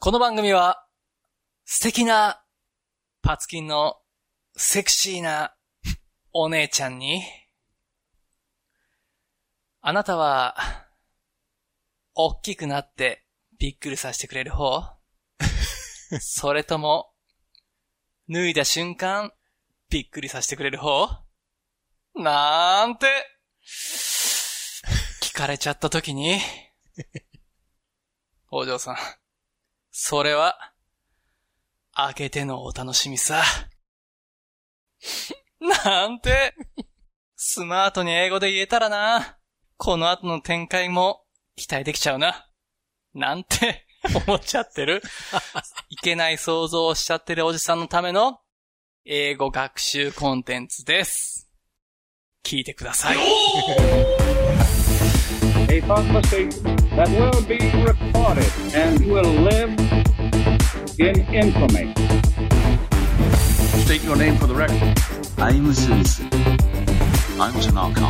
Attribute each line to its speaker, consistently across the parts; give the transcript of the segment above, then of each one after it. Speaker 1: この番組は、素敵な、パツキンの、セクシーな、お姉ちゃんに、あなたは、おっきくなって、びっくりさせてくれる方それとも、脱いだ瞬間、びっくりさせてくれる方なんて、聞かれちゃった時に、お嬢さん、それは、開けてのお楽しみさ。 なんて、スマートに英語で言えたらな。この後の展開も期待できちゃうな。なんて 思っちゃって る。いけない想像をしちゃってるおじさんのための英語学習コンテンツです。聞いてください。
Speaker 2: a conversation that will be recorded and will live in infamy.
Speaker 3: State your name for the record.
Speaker 4: I'm a citizen. I was an archon.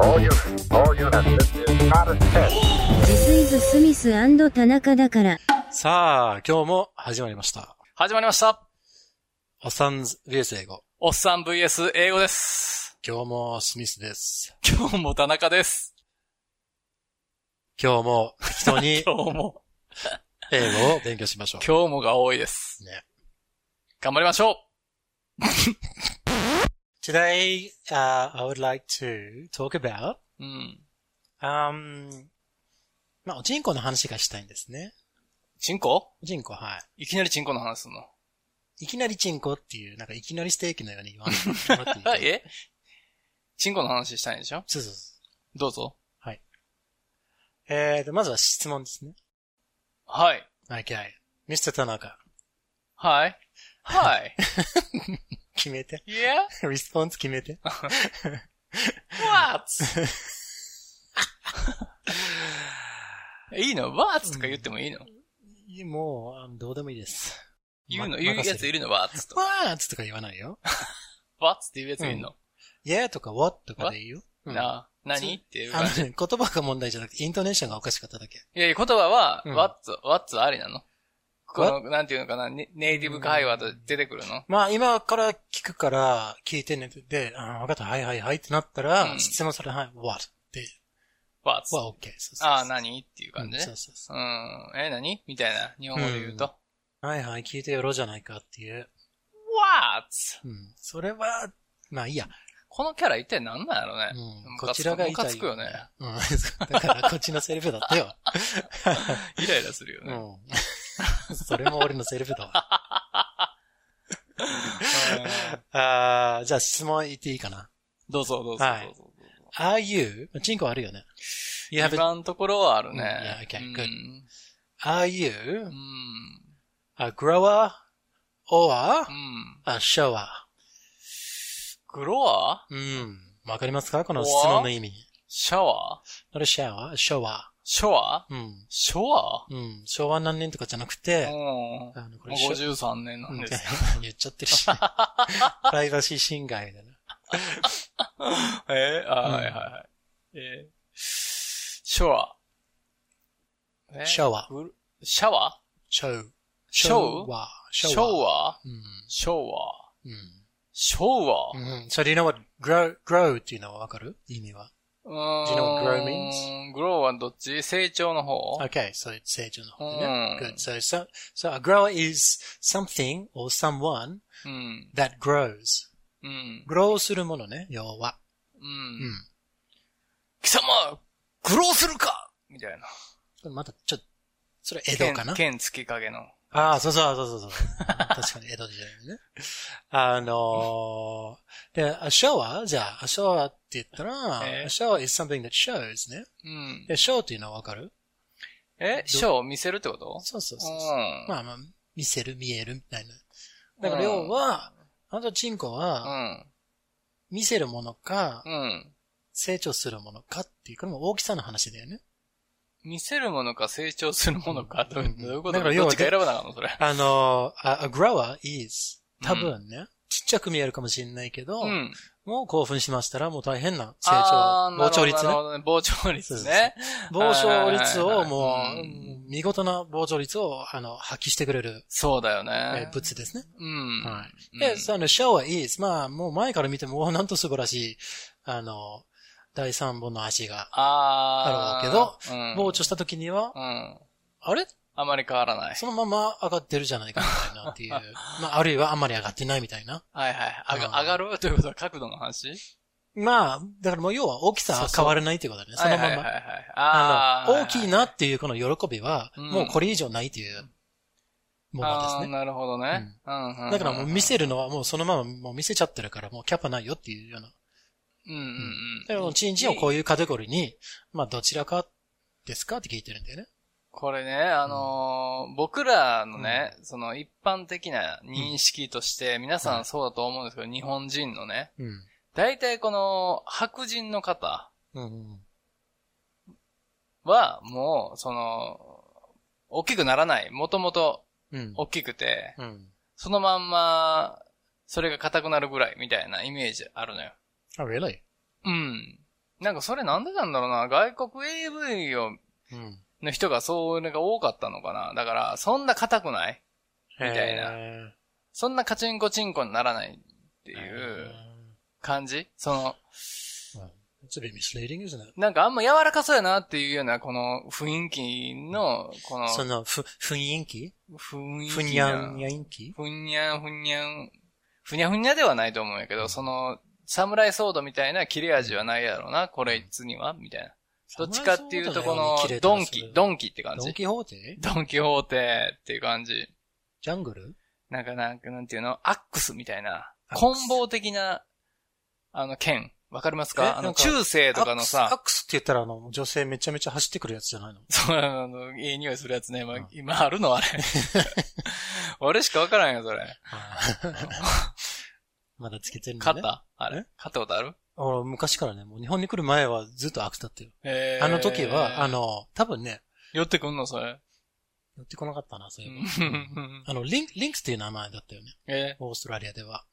Speaker 5: All units, all units, this is not a test.
Speaker 6: ジスイズ・スミス田中だから。
Speaker 7: さあ、今日も始まりました。
Speaker 1: 始まりました。
Speaker 7: おさんず、レース英語。
Speaker 1: おっさん VS 英語です。
Speaker 7: 今日もスミスです。
Speaker 1: 今日も田中です。
Speaker 7: 今日も適 当に
Speaker 1: 今日も。
Speaker 7: 英語を勉強しましょう。
Speaker 1: 今日もが多いです。
Speaker 7: ね
Speaker 1: 頑張りましょう
Speaker 7: Today, uh, I would like to talk about,
Speaker 1: うん。
Speaker 7: um, まあ、おちんこの話がしたいんですね。
Speaker 1: チンコ
Speaker 7: おちんこ、はい
Speaker 1: きなりチンコの話すんの。。
Speaker 7: い。いきなりちんこっていう、なんかいきなりステーキのように言わなくていい
Speaker 1: えチンコの話したいんでしょ
Speaker 7: そうそうそ
Speaker 1: どうぞ。
Speaker 7: う。えーと、まずは質問ですね。
Speaker 1: はい。
Speaker 7: Okay. Mr. Tanaka,
Speaker 1: はい。 はい。
Speaker 7: 決めて。
Speaker 1: yeah?
Speaker 7: リスポンス決めて。
Speaker 1: What? いいの ?What? とか言ってもいいの
Speaker 7: いやもうあの、どうでもいいです。
Speaker 1: 言うの
Speaker 7: ま
Speaker 1: 言うやついるの ?What? と。
Speaker 7: わーつとか言わないよ。
Speaker 1: What? って言うやついるの、
Speaker 7: yeah とか what とかでいいよ。うんあ
Speaker 1: なあ、何っていう
Speaker 7: の
Speaker 1: 感じ。い
Speaker 7: ね、言葉が問題じゃなくて、イントネーションがおかしかっただけ。
Speaker 1: やいや、言葉は、
Speaker 7: うん
Speaker 1: What? What? ありなのこの、なんていうのかなネネイティブ会話で出てくるの
Speaker 7: まあ、今から聞くから、聞いてねで、あー、わかった、はいはいはいってなったら、
Speaker 1: うん
Speaker 7: 質問され、はい、what って、
Speaker 1: ?What?
Speaker 7: は OK。そうそうそう
Speaker 1: ああ、何っていう感じ
Speaker 7: うんそ
Speaker 1: ね
Speaker 7: う。そうそ
Speaker 1: うん。え、何みたいな。日本語で言うと。
Speaker 7: う。はいはい、聞いてよろじゃないかっていう。
Speaker 1: What?
Speaker 7: うん。それは、まあいいや。
Speaker 1: このキャラ一体何なんやろ
Speaker 7: う
Speaker 1: ね。
Speaker 7: ん。
Speaker 1: ムカつく
Speaker 7: こちらが言いたい。
Speaker 1: ムカつくよね。
Speaker 7: うん。だから、こっちのセリフだってよ。
Speaker 1: イライラするよね。
Speaker 7: うん。それも俺のセリフだわ。
Speaker 1: うん
Speaker 7: あーじゃあ質問言っていいかな。
Speaker 1: どうぞどうぞ。
Speaker 7: はい
Speaker 1: どうぞ
Speaker 7: Are you? チンコあるよね。You
Speaker 1: どうぞ
Speaker 7: have a,
Speaker 1: 今のところはある
Speaker 7: うん
Speaker 1: ね。
Speaker 7: yeah, okay,
Speaker 1: うん
Speaker 7: good. are you
Speaker 1: うん
Speaker 7: a grower or
Speaker 1: うん。
Speaker 7: a shower?
Speaker 1: グロア
Speaker 7: うん。わかりますかこの質問の意味。
Speaker 1: シャワー
Speaker 7: not a shower, a shower.
Speaker 1: シャワ
Speaker 7: うん。
Speaker 1: ーシャワ
Speaker 7: うん。昭和何年とかじゃなく
Speaker 1: ー
Speaker 7: て、
Speaker 1: うん。
Speaker 7: あの、これ、ショ
Speaker 1: 53年な
Speaker 7: うんん
Speaker 1: ですよ。
Speaker 7: 言っちゃって るし。プライバシー侵害だな。
Speaker 1: えーあー
Speaker 7: うん
Speaker 1: はいはいはい。えーシャワー。えー
Speaker 7: シャワー。
Speaker 1: グロシャワ
Speaker 7: ショウ。
Speaker 1: シ
Speaker 7: シ
Speaker 1: ョ
Speaker 7: ョ
Speaker 1: ウ
Speaker 7: ウワー。
Speaker 1: ー
Speaker 7: シ
Speaker 1: シャ
Speaker 7: ョワー。
Speaker 1: ワー
Speaker 7: うん。
Speaker 1: シャワー
Speaker 7: うん。
Speaker 1: シャワー
Speaker 7: うん。So do you know what grow, grow っていうのはわかる意味は。
Speaker 1: うーん。
Speaker 7: Do you know what grow means?
Speaker 1: グローはどっち成長の方
Speaker 7: Okay, so it's 成長の方でね。
Speaker 1: うん
Speaker 7: Good. So, so, so a grower is something or someone
Speaker 1: うん。
Speaker 7: that grows.
Speaker 1: うん。
Speaker 7: grow するものね、要は。
Speaker 1: う。
Speaker 7: うんん。
Speaker 1: 貴様、グローするかみたいな。
Speaker 7: これまたちょっと、それ江戸かな
Speaker 1: 剣剣月影の。
Speaker 7: ああ、そうそうそうそうそう。 確かに江戸時代のね。あのー、で、a shower? じゃあ、a shower って言ったら、
Speaker 1: え
Speaker 7: a shower is something that shows ね。
Speaker 1: うん。
Speaker 7: で、show っていうのはわかる
Speaker 1: え、ショーを見せるってこと
Speaker 7: そうそう
Speaker 1: う
Speaker 7: そうそう。
Speaker 1: ん。
Speaker 7: まあまあ、見せる、見えるみたいな。だから要は、あなたチンコ
Speaker 1: う
Speaker 7: は、
Speaker 1: ん。
Speaker 7: 見せるものか
Speaker 1: う、ん。
Speaker 7: 成長するものかっていう、これも大きさの話だよね。
Speaker 1: 見せるものか成長するものか、どう
Speaker 7: うん
Speaker 1: どういうこと
Speaker 7: だから要
Speaker 1: どっ
Speaker 7: は
Speaker 1: ちか選ばなあかんのそれ。
Speaker 7: あの、a, a grower is
Speaker 1: うん
Speaker 7: 多分ね、ちっちゃく見えるかもしれないけど、
Speaker 1: うん。
Speaker 7: もう興奮しましたらもう大変な成
Speaker 1: あー
Speaker 7: 長、膨張率
Speaker 1: なる
Speaker 7: ね。
Speaker 1: ほどね膨張率ね。
Speaker 7: 膨張率を
Speaker 1: は
Speaker 7: も
Speaker 1: いはいは
Speaker 7: う
Speaker 1: いうん、
Speaker 7: 見事な膨張率をあの発揮してくれる、
Speaker 1: そうだよ
Speaker 7: え
Speaker 1: ね
Speaker 7: ー。物ですね。
Speaker 1: うん。
Speaker 7: は
Speaker 1: う
Speaker 7: い。
Speaker 1: ん
Speaker 7: で、その、シャワーイーズ。まあ、もう前から見ても、おなんと素晴らしい、あの、第三本の足が、
Speaker 1: あー
Speaker 7: あるわ
Speaker 1: けど、うん
Speaker 7: 膨張した時には、
Speaker 1: うん。
Speaker 7: あれ
Speaker 1: あまり変わらない。
Speaker 7: そのまま上がってるじゃないかみたいな っていう。まあ、あるいはあんまり上がってないみたいな。
Speaker 1: はいはい。あ
Speaker 7: うん
Speaker 1: が上がるということは角度の話
Speaker 7: まあ、だからもう要は大きさは変わらないっていうことだね。そ
Speaker 1: は
Speaker 7: の
Speaker 1: い
Speaker 7: ま
Speaker 1: はいは
Speaker 7: ま。
Speaker 1: いはい。
Speaker 7: あ
Speaker 1: あ
Speaker 7: の、
Speaker 1: ー
Speaker 7: 大きいなっていうこの喜びは、
Speaker 1: うん
Speaker 7: もうこれ以上ないっていうものです
Speaker 1: あー
Speaker 7: ね。
Speaker 1: なるほどね。うんうんうん
Speaker 7: だからもう見せるのはもうそのままもう見せちゃってるから、もうキャパないよっていうような。
Speaker 1: うんうんうん。
Speaker 7: だからもうチンチンをこういうカテゴリーに、まあどちらかですかって聞いてるんだよね。
Speaker 1: これね、あのー僕らのね、その一般的な認識として、皆さんそうだと思うんですけど、日本人のね、大体この白人の方
Speaker 7: うん。うん。
Speaker 1: は、もう、その、大きくならない。もともと
Speaker 7: うん。
Speaker 1: 大きくて、
Speaker 7: うん。
Speaker 1: そのまんま、それが硬くなるぐらいみたいなイメージあるのよ。
Speaker 7: あ、really?
Speaker 1: うん。なんかそれなんでなんだろうな。外国 AV を、
Speaker 7: うん。
Speaker 1: の人がそういうのが多かったのかな。だから、そんな硬くない
Speaker 7: み
Speaker 1: たいな
Speaker 7: な。
Speaker 1: そんなカチンコチンコにならないってい
Speaker 7: て
Speaker 1: う感じその、
Speaker 7: It's a bit misleading, isn't it?
Speaker 1: なんかあんま柔らかそうやなっていうような、この雰囲気の、この、
Speaker 7: その、ふ、雰囲気
Speaker 1: 雰囲気な。
Speaker 7: ふにゃんにゃん気
Speaker 1: ふにゃんふにゃん。ふにゃふにゃではないと思うんやけど、その、サムライソードみたいな切れ味はないやろうな、これいつにはみたいな。どっちかっていうと、この、ドンキ、ド
Speaker 7: ン
Speaker 1: ンキって感
Speaker 7: ドン
Speaker 1: じ。
Speaker 7: キホーテ
Speaker 1: ドンキホーテっていう感じ。
Speaker 7: ジャングル
Speaker 1: なんか、なんか、なんていうのアックスみたいな、
Speaker 7: アッ
Speaker 1: 棍
Speaker 7: クス
Speaker 1: 棒的な、あの、剣。わかります
Speaker 7: え
Speaker 1: かあ
Speaker 7: な
Speaker 1: の、
Speaker 7: んか
Speaker 1: 中世とかの
Speaker 7: アックスアッ
Speaker 1: さ、
Speaker 7: クスって言ったら、あの、女性めちゃめちゃ走ってくるやつじ ゃないの
Speaker 1: そう、あの、いい匂いするやつね。まあ
Speaker 7: うん
Speaker 1: 今あるのあ れ。俺しかわからんよ、それ。
Speaker 7: まだつけてるんだ
Speaker 1: 買っ
Speaker 7: ね。
Speaker 1: たあれ買ったことある
Speaker 7: 俺昔からね、もう日本に来る前はずっとアックスだったよ。
Speaker 1: えー
Speaker 7: あの時は、あ、の、多分ね、
Speaker 1: 寄ってくんの、それ。
Speaker 7: 寄ってこなかったな、そう
Speaker 1: う
Speaker 7: い
Speaker 1: ん
Speaker 7: うあの、リンリンクスっていう名前だったよね。
Speaker 1: え
Speaker 7: オーストラリアでは。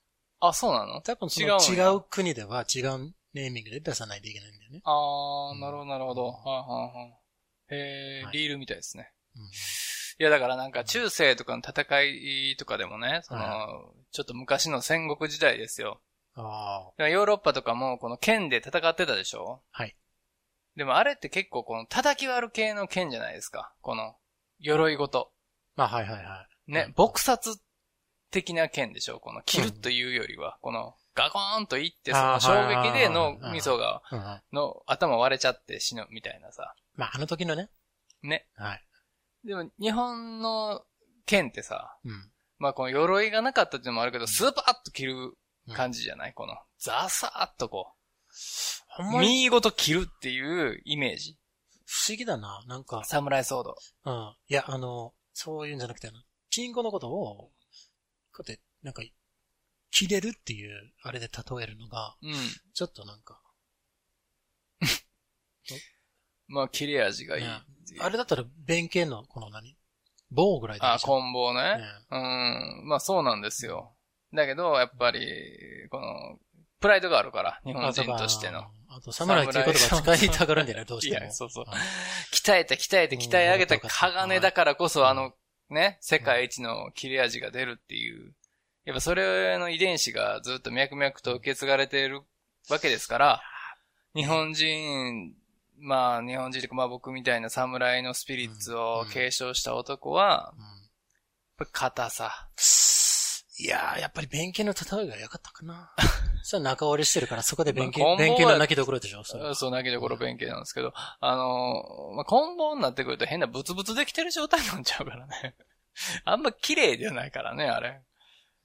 Speaker 1: ーあ、そうなの
Speaker 7: 多分そ
Speaker 1: 違う
Speaker 7: の
Speaker 1: んや
Speaker 7: 違う国では違うネーミングで出さないといけないんだよね。
Speaker 1: あー、なるほど、なるほど。はいはいはい。えー、
Speaker 7: はい
Speaker 1: リールみたいですね。
Speaker 7: うん
Speaker 1: いや、だからなんか中世とかの戦いとかでもね、その
Speaker 7: は、
Speaker 1: ちょっと昔の戦国時代ですよ。
Speaker 7: ああ。
Speaker 1: だからヨーロッパとかもこの剣で戦ってたでしょ
Speaker 7: はい。
Speaker 1: でもあれって結構この叩き割る系の剣じゃないですか。この、鎧ごと。
Speaker 7: まあ、はいはいは
Speaker 1: ね、
Speaker 7: うん
Speaker 1: 撲殺的な剣でしょこの、切るというよりは、この、ガコーンといって、そ
Speaker 7: あ
Speaker 1: の
Speaker 7: ー
Speaker 1: 衝撃で
Speaker 7: はいはい
Speaker 1: 脳
Speaker 7: はいはい
Speaker 1: みそが、
Speaker 7: い。うんうん
Speaker 1: の頭割れちゃって死ぬみたいなさ。
Speaker 7: まあ、あの時のね。
Speaker 1: ね。
Speaker 7: はい。
Speaker 1: でも日本の剣ってさ、
Speaker 7: うん。
Speaker 1: まあこの鎧がなかったっていうのもあるけど、スーパーッと切る感じじゃないこの、ザサーっとこ
Speaker 7: ほん
Speaker 1: う、
Speaker 7: まに
Speaker 1: 身ごと切るっていうイメージ。
Speaker 7: 不思議だな。なんか、
Speaker 1: サムライソード。
Speaker 7: うん。いや、あの、そういうんじゃなくて、あのチンコのことを、こうやって、なんか、切れるっていう、あれで例えるのが、
Speaker 1: うん。
Speaker 7: ちょっとなんか、
Speaker 1: まあ切れ味がいい。
Speaker 7: ねあれだったら、弁慶の、この何棒ぐらいでいい
Speaker 1: あ、
Speaker 7: じゃん
Speaker 1: 棍棒ね。
Speaker 7: ね
Speaker 1: うん。まあそうなんですよ。だけど、やっぱり、この、プライドがあるから、日本
Speaker 7: あと
Speaker 1: 人
Speaker 7: か
Speaker 1: としての。。
Speaker 7: あと、侍っていう言葉使いたがるんだよね、どう
Speaker 1: い
Speaker 7: して
Speaker 1: や、
Speaker 7: も。
Speaker 1: そうそう
Speaker 7: うん。
Speaker 1: 鍛えて鍛えて鍛え上げた
Speaker 7: うん
Speaker 1: 鋼だからこそ、
Speaker 7: はい
Speaker 1: あの、ね、世界一の切れ味が出るっていう。やっぱそれの遺伝子がずっと脈々と受け継がれているわけですから、日本人、まあ日本人というか、まあ僕みたいな侍のスピリッツを継承した男は、
Speaker 7: うん
Speaker 1: やっぱ硬さ。
Speaker 7: いやー、やっぱり弁慶の例えが良かった かな。それは仲折れしてるから、そこで弁慶
Speaker 1: まあ、
Speaker 7: 弁慶の泣きどころでしょ、それは
Speaker 1: そう、泣きどころ弁慶なんですけど、あの、まあ、コンボになってくると変なブツブツできてる状態になっちゃうからね。 あんま綺麗じゃないからね、あれ。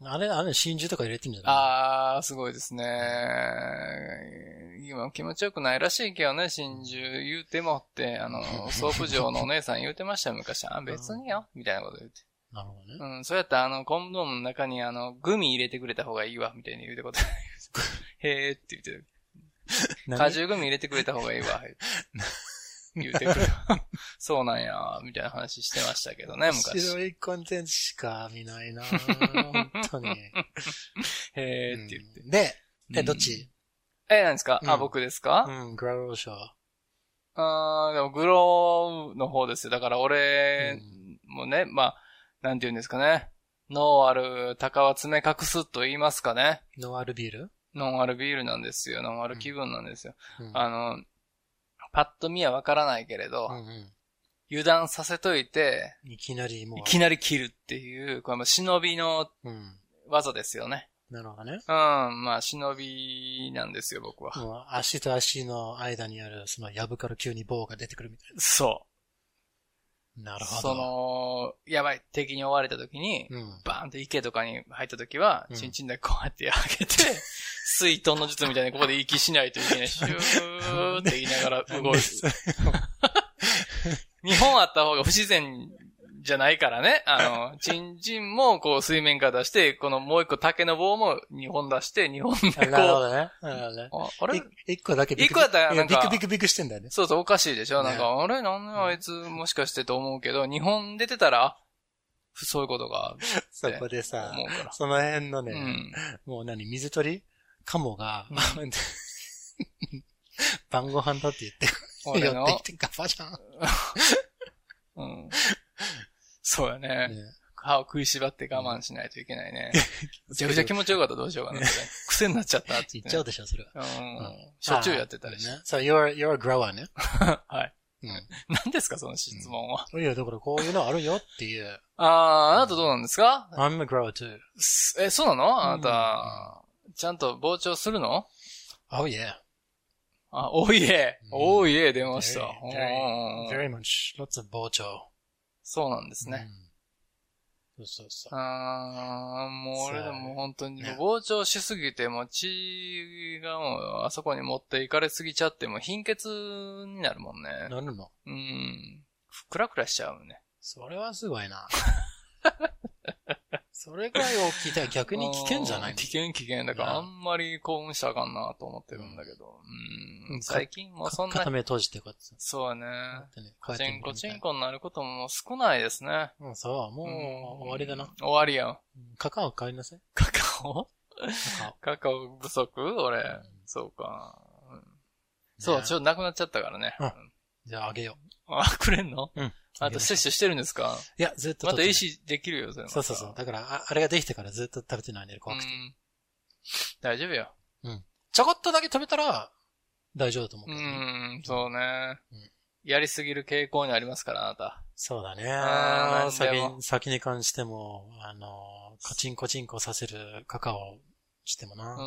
Speaker 7: あれ、あれ、真珠とか入れてるんじゃない
Speaker 1: あー、すごいですね。今気持ちよくないらしいけどね、真珠言うてもって、 あの、ソープ嬢のお姉さん言うてましたよ、昔。あ、別によ、みたいなこと言って。
Speaker 7: なるほどね。
Speaker 1: うん、そうやったら、あの、コンドームの中に、あの、グミ入れてくれた方がいいわ、みたいに言うてこと。へーって言ってる。果汁グミ入れてくれた方がいい わ、言うてくれた。そうなんや、みたいな話してましたけどね、昔。
Speaker 7: 白いコンテンツしか見ないな本当に。
Speaker 1: へーって言って。
Speaker 7: で、
Speaker 1: う
Speaker 7: え、
Speaker 1: ん
Speaker 7: どっち
Speaker 1: え、何ですか、
Speaker 7: う
Speaker 1: あ、
Speaker 7: ん
Speaker 1: 僕ですか、
Speaker 7: うん、グラローショー。
Speaker 1: あーでも、グローの方ですよ。だから、俺もね、まあ、なんて言うんですかね。ノンアル、鷹は爪隠すと言いますかね。
Speaker 7: ノンアルビール、
Speaker 1: ノンアルビールなんですよ。ノンアル気分なんですよ。
Speaker 7: うん、
Speaker 1: あの、パッと見はわからないけれど、
Speaker 7: うんうん
Speaker 1: 油断させといて、
Speaker 7: いきなりもう。
Speaker 1: いきなり切るっていう、これも忍びの
Speaker 7: うん。
Speaker 1: 技ですよね。
Speaker 7: なるほどね。
Speaker 1: うん、まあ、忍びなんですよ、僕は。
Speaker 7: もう足と足の間にある、その、やぶから急に棒が出てくるみたい
Speaker 1: そ
Speaker 7: な。な
Speaker 1: う。
Speaker 7: るほど。
Speaker 1: その、やばい、敵に追われた時に、
Speaker 7: うん。
Speaker 1: バーンと池とかに入った時は
Speaker 7: う、ん
Speaker 1: チンチンだけこうやって上 げて、水遁の術みたいにここで息しないといけない。シューって言いな がら動いて。日本あった方が不自然じゃないからね。あの、チンチンもこう水面から出して、このもう一個竹の棒も2本出して、2本
Speaker 7: な
Speaker 1: で
Speaker 7: るほ
Speaker 1: こ
Speaker 7: どね。なるほどね
Speaker 1: う。 ああれ
Speaker 7: い一個だけビ
Speaker 1: 一
Speaker 7: ク
Speaker 1: 個だったらなんか
Speaker 7: いやビクビクビクしてんだよね。
Speaker 1: そうそう、おかしいでしょ、
Speaker 7: ね
Speaker 1: なんか、あれなんであいつもしかしてと思うけど、日本出てたら、そういうことが、
Speaker 7: そこでさ、
Speaker 1: 思う から。
Speaker 7: その辺の
Speaker 1: う
Speaker 7: ね、
Speaker 1: ん。
Speaker 7: もう何、水鳥カモが、 晩ご飯だって言って、
Speaker 1: 俺
Speaker 7: 寄
Speaker 1: の
Speaker 7: って、きてガバじゃん。
Speaker 1: うん。そうやね。
Speaker 7: ね
Speaker 1: 歯を食いしばって我慢しないといけないね。めちゃくちゃ気
Speaker 7: 持
Speaker 1: 持ちよかったどうしようかなって。 癖になっちゃったって
Speaker 7: ちい
Speaker 1: 言
Speaker 7: っ
Speaker 1: って
Speaker 7: ちゃ
Speaker 1: ね。
Speaker 7: うでしょ、それは。
Speaker 1: うん。しょっちゅうやってたりし
Speaker 7: あーね。そう、you're, you're a grower ね。
Speaker 1: はい。
Speaker 7: うん。
Speaker 1: 何ですか、その質問は。
Speaker 7: いや、だからこういうのあるよって いう。
Speaker 1: あー、あなたどうなんですか
Speaker 7: I'm a grower too.
Speaker 1: すえ、そうなのあなた、ちゃんと膨張するの
Speaker 7: Oh yeah.
Speaker 1: あ、おいえ
Speaker 7: う。ん
Speaker 1: おいえ、出ました。
Speaker 7: Very,
Speaker 1: うん
Speaker 7: very much. Lots of 膨張。
Speaker 1: そうなんですね。
Speaker 7: うん。そうそうそう。
Speaker 1: あー、もう俺
Speaker 7: そう
Speaker 1: でも本当に
Speaker 7: ね
Speaker 1: 膨張しすぎて、もう血がもうあそこに持っていかれすぎちゃって、もう貧血になるもんね。
Speaker 7: なるの
Speaker 1: うん。ふくらくらしちゃうね。
Speaker 7: それはすご いな。それぐらいを聞いたら逆に危険じゃな
Speaker 1: う
Speaker 7: い
Speaker 1: ん危険危険。だか
Speaker 7: ね
Speaker 1: らあんまり興奮したらあかんなと思ってるんだけど。う。
Speaker 7: うんん
Speaker 1: 最近もうそん
Speaker 7: 片
Speaker 1: な、
Speaker 7: 目閉じてこうやってさ。
Speaker 1: そうやね。
Speaker 7: こうやってね、こ
Speaker 1: コ
Speaker 7: うや
Speaker 1: チ
Speaker 7: って見
Speaker 1: ン
Speaker 7: る
Speaker 1: コ
Speaker 7: み
Speaker 1: チ
Speaker 7: たい
Speaker 1: ンコになることも少ないですね。
Speaker 7: うん、そう、もう終わりだ
Speaker 1: う。
Speaker 7: なん
Speaker 1: 終わりやん。
Speaker 7: カカオ買いなさい。
Speaker 1: カカオ
Speaker 7: カカ
Speaker 1: カカオ不足俺。そうか。うんそう、ちょっとなくなっちゃったからね。
Speaker 7: うんオ。じゃああげよ
Speaker 1: あ、くれんの
Speaker 7: う。うん。
Speaker 1: あと摂取してるんですか
Speaker 7: いや、ずっと。
Speaker 1: また意。思できるよ、それまた
Speaker 7: そうそうそう。。だから、ああれができてからずっと食べてないんで怖くて。
Speaker 1: うん大丈夫よ。
Speaker 7: ちょこっとだけ食べたら、大丈夫だと思う
Speaker 1: う
Speaker 7: けどね。
Speaker 1: ん、そうね
Speaker 7: うん。
Speaker 1: やりすぎる傾向にありますから、あなた。
Speaker 7: そうだ
Speaker 1: あ
Speaker 7: ね。
Speaker 1: ーなんでも
Speaker 7: 先、先に関しても、あの、カチンコチンコさせるカカオしてもな。
Speaker 1: う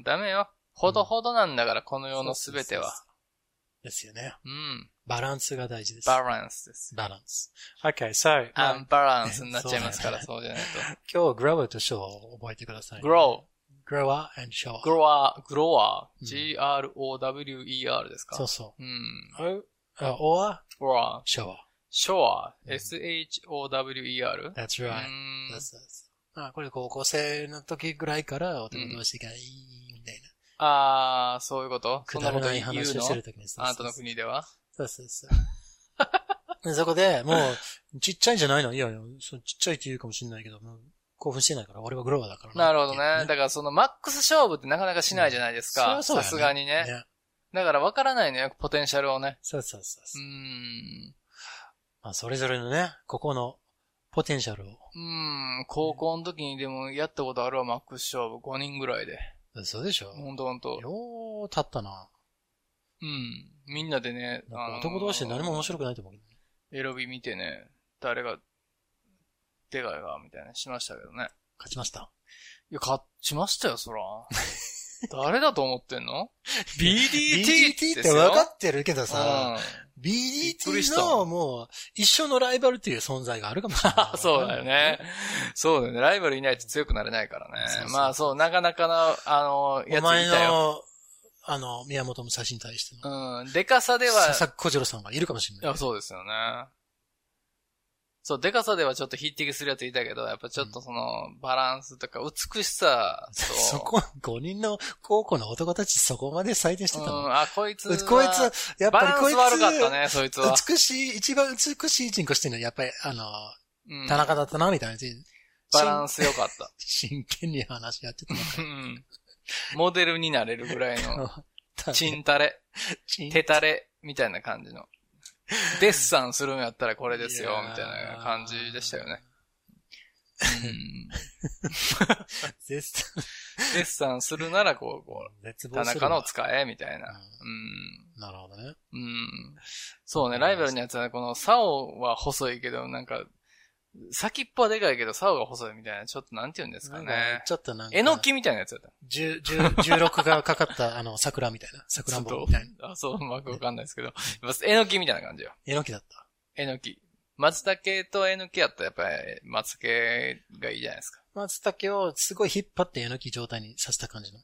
Speaker 1: ん、ダメよ。ほどほどなんだから、この世のすべて
Speaker 7: そう
Speaker 1: は
Speaker 7: そう。そう。ですよね。
Speaker 1: うん、
Speaker 7: バランスが大事です。
Speaker 1: バランスです。
Speaker 7: バランス。Okay, so,
Speaker 1: ア
Speaker 7: まあ
Speaker 1: ンバランスになっちゃいますから、
Speaker 7: そ
Speaker 1: そうじゃない
Speaker 7: 今日、grower と show を覚えてください。
Speaker 1: と。grow,
Speaker 7: grower and show.
Speaker 1: grower, grower,
Speaker 7: うん
Speaker 1: g-r-o-w-e-r ですか
Speaker 7: そうそ
Speaker 1: うん。
Speaker 7: う。o, uh, or
Speaker 1: grower,
Speaker 7: shower.
Speaker 1: shore, s-h-o-w-e-R?
Speaker 7: That's
Speaker 1: う
Speaker 7: right.
Speaker 1: ん
Speaker 7: そうそうそうあこれ高校生の時ぐらいから男同士がいいみたいな。
Speaker 1: あー、そういうことそ
Speaker 7: く
Speaker 1: ん
Speaker 7: だ
Speaker 1: なこ
Speaker 7: ら
Speaker 1: と
Speaker 7: ない
Speaker 1: 言う
Speaker 7: 話を
Speaker 1: の
Speaker 7: してる時にそう
Speaker 1: あ
Speaker 7: そう
Speaker 1: な
Speaker 7: そ
Speaker 1: たの
Speaker 7: う
Speaker 1: 国では
Speaker 7: そうそうそう。でそこで、もう、ちっちゃいんじゃないのいやいや、そうちっちゃいって言うかもしれないけど、もう興奮してないから、俺はグローバーだから
Speaker 1: なるほどね。だ
Speaker 7: か
Speaker 1: からそのマックス勝負ってなかなかしないじゃないですか。
Speaker 7: そり
Speaker 1: さ
Speaker 7: ゃそ
Speaker 1: す
Speaker 7: う
Speaker 1: が
Speaker 7: だよ
Speaker 1: に
Speaker 7: ら
Speaker 1: ね。。だから分からないのよ、ポテンシャルをね。
Speaker 7: そうそうそう
Speaker 1: う
Speaker 7: そう
Speaker 1: ー。
Speaker 7: うんまあ、それぞれのね、ここのポテンシャルを。
Speaker 1: うーん、高校の時にでもやったことあるわ、マックス勝負。5人ぐらいで。
Speaker 7: そうでしょ
Speaker 1: ほんとほんと。
Speaker 7: よう立ったな。
Speaker 1: うん。みんなでね、
Speaker 7: なんか男同士で何も面白くないと思うけど。
Speaker 1: エロビ見てね、誰が、でかいが、みたいなしましたけどね。
Speaker 7: 勝ちました。
Speaker 1: いや、勝ちましたよ、そ ら。誰だと思ってんの ?BDT
Speaker 7: っ
Speaker 1: で
Speaker 7: て
Speaker 1: すよ。
Speaker 7: 分かってるけどさ、
Speaker 1: うん。びっくりし
Speaker 7: BDT
Speaker 1: た
Speaker 7: のもう一生のライバルっていう存在があるかもしれ
Speaker 1: あ
Speaker 7: な い。
Speaker 1: そうだよね。。そうだよね。ライバルいないと強くなれないからね。
Speaker 7: そうそうそう
Speaker 1: まあそう、なかなかな、あの、やつ
Speaker 7: お
Speaker 1: い
Speaker 7: 前
Speaker 1: たよ。
Speaker 7: の、あの、宮本武蔵に対しての、
Speaker 1: うん。でかさでは、
Speaker 7: 佐々木小次郎さんがいるかもしれ
Speaker 1: い
Speaker 7: ない
Speaker 1: や、。そうですよね。そう、でかさではちょっと匹敵するやついたけど、やっぱちょっとその、バランスとか美しさと、
Speaker 7: そこ、5人の高校の男たちそこまで採点して
Speaker 1: う
Speaker 7: たの。
Speaker 1: ん、あ、こいつは
Speaker 7: うつこいつ、やっ
Speaker 1: バ
Speaker 7: ぱり
Speaker 1: ラン
Speaker 7: こい
Speaker 1: ス
Speaker 7: つ、
Speaker 1: 悪かったね、そいつは。
Speaker 7: 美しい、一番美しい人口してるのは、やっぱり、あの、
Speaker 1: うん
Speaker 7: 田中だったな、みたいな。真
Speaker 1: バランス良かった。
Speaker 7: 真剣に話し合ってたの。
Speaker 1: うん。モデルになれるぐらい の、チンタレ、
Speaker 7: チン
Speaker 1: 手タレ、みたいな感じの。デッサンするんやったらこれですよ
Speaker 7: いや、ー
Speaker 1: みたいな感じでしたよね。うん
Speaker 7: 絶
Speaker 1: デッサンするならこう、こ
Speaker 7: 絶
Speaker 1: う、
Speaker 7: 望
Speaker 1: 田
Speaker 7: する
Speaker 1: 中
Speaker 7: わ。
Speaker 1: のを使え、みたいな。
Speaker 7: う
Speaker 1: うん。
Speaker 7: んなるほどね。
Speaker 1: うん。そうね、ライバルのやつは、この、竿は細いけど、なんか、先っぽはでかいけど、竿が細いみたいな、ちょっとなんて言うんですか
Speaker 7: なん
Speaker 1: ね
Speaker 7: か。ちょっとなんか。
Speaker 1: えのきみたいなやつだった。
Speaker 7: 10 10 16がかかった、 あの、桜みたいな。
Speaker 1: ち
Speaker 7: 桜
Speaker 1: ょ
Speaker 7: ん
Speaker 1: っ
Speaker 7: ぼ
Speaker 1: と
Speaker 7: みたいな。、
Speaker 1: あ、そう、うまくわかんないですけど。えのきみたいな感じよ。
Speaker 7: えのきだった。
Speaker 1: えのき。松茸とえのきやったら、やっぱり、松茸がいいじゃないですか。
Speaker 7: 松茸をすごい引っ張ってえのき状態にさせた感じの。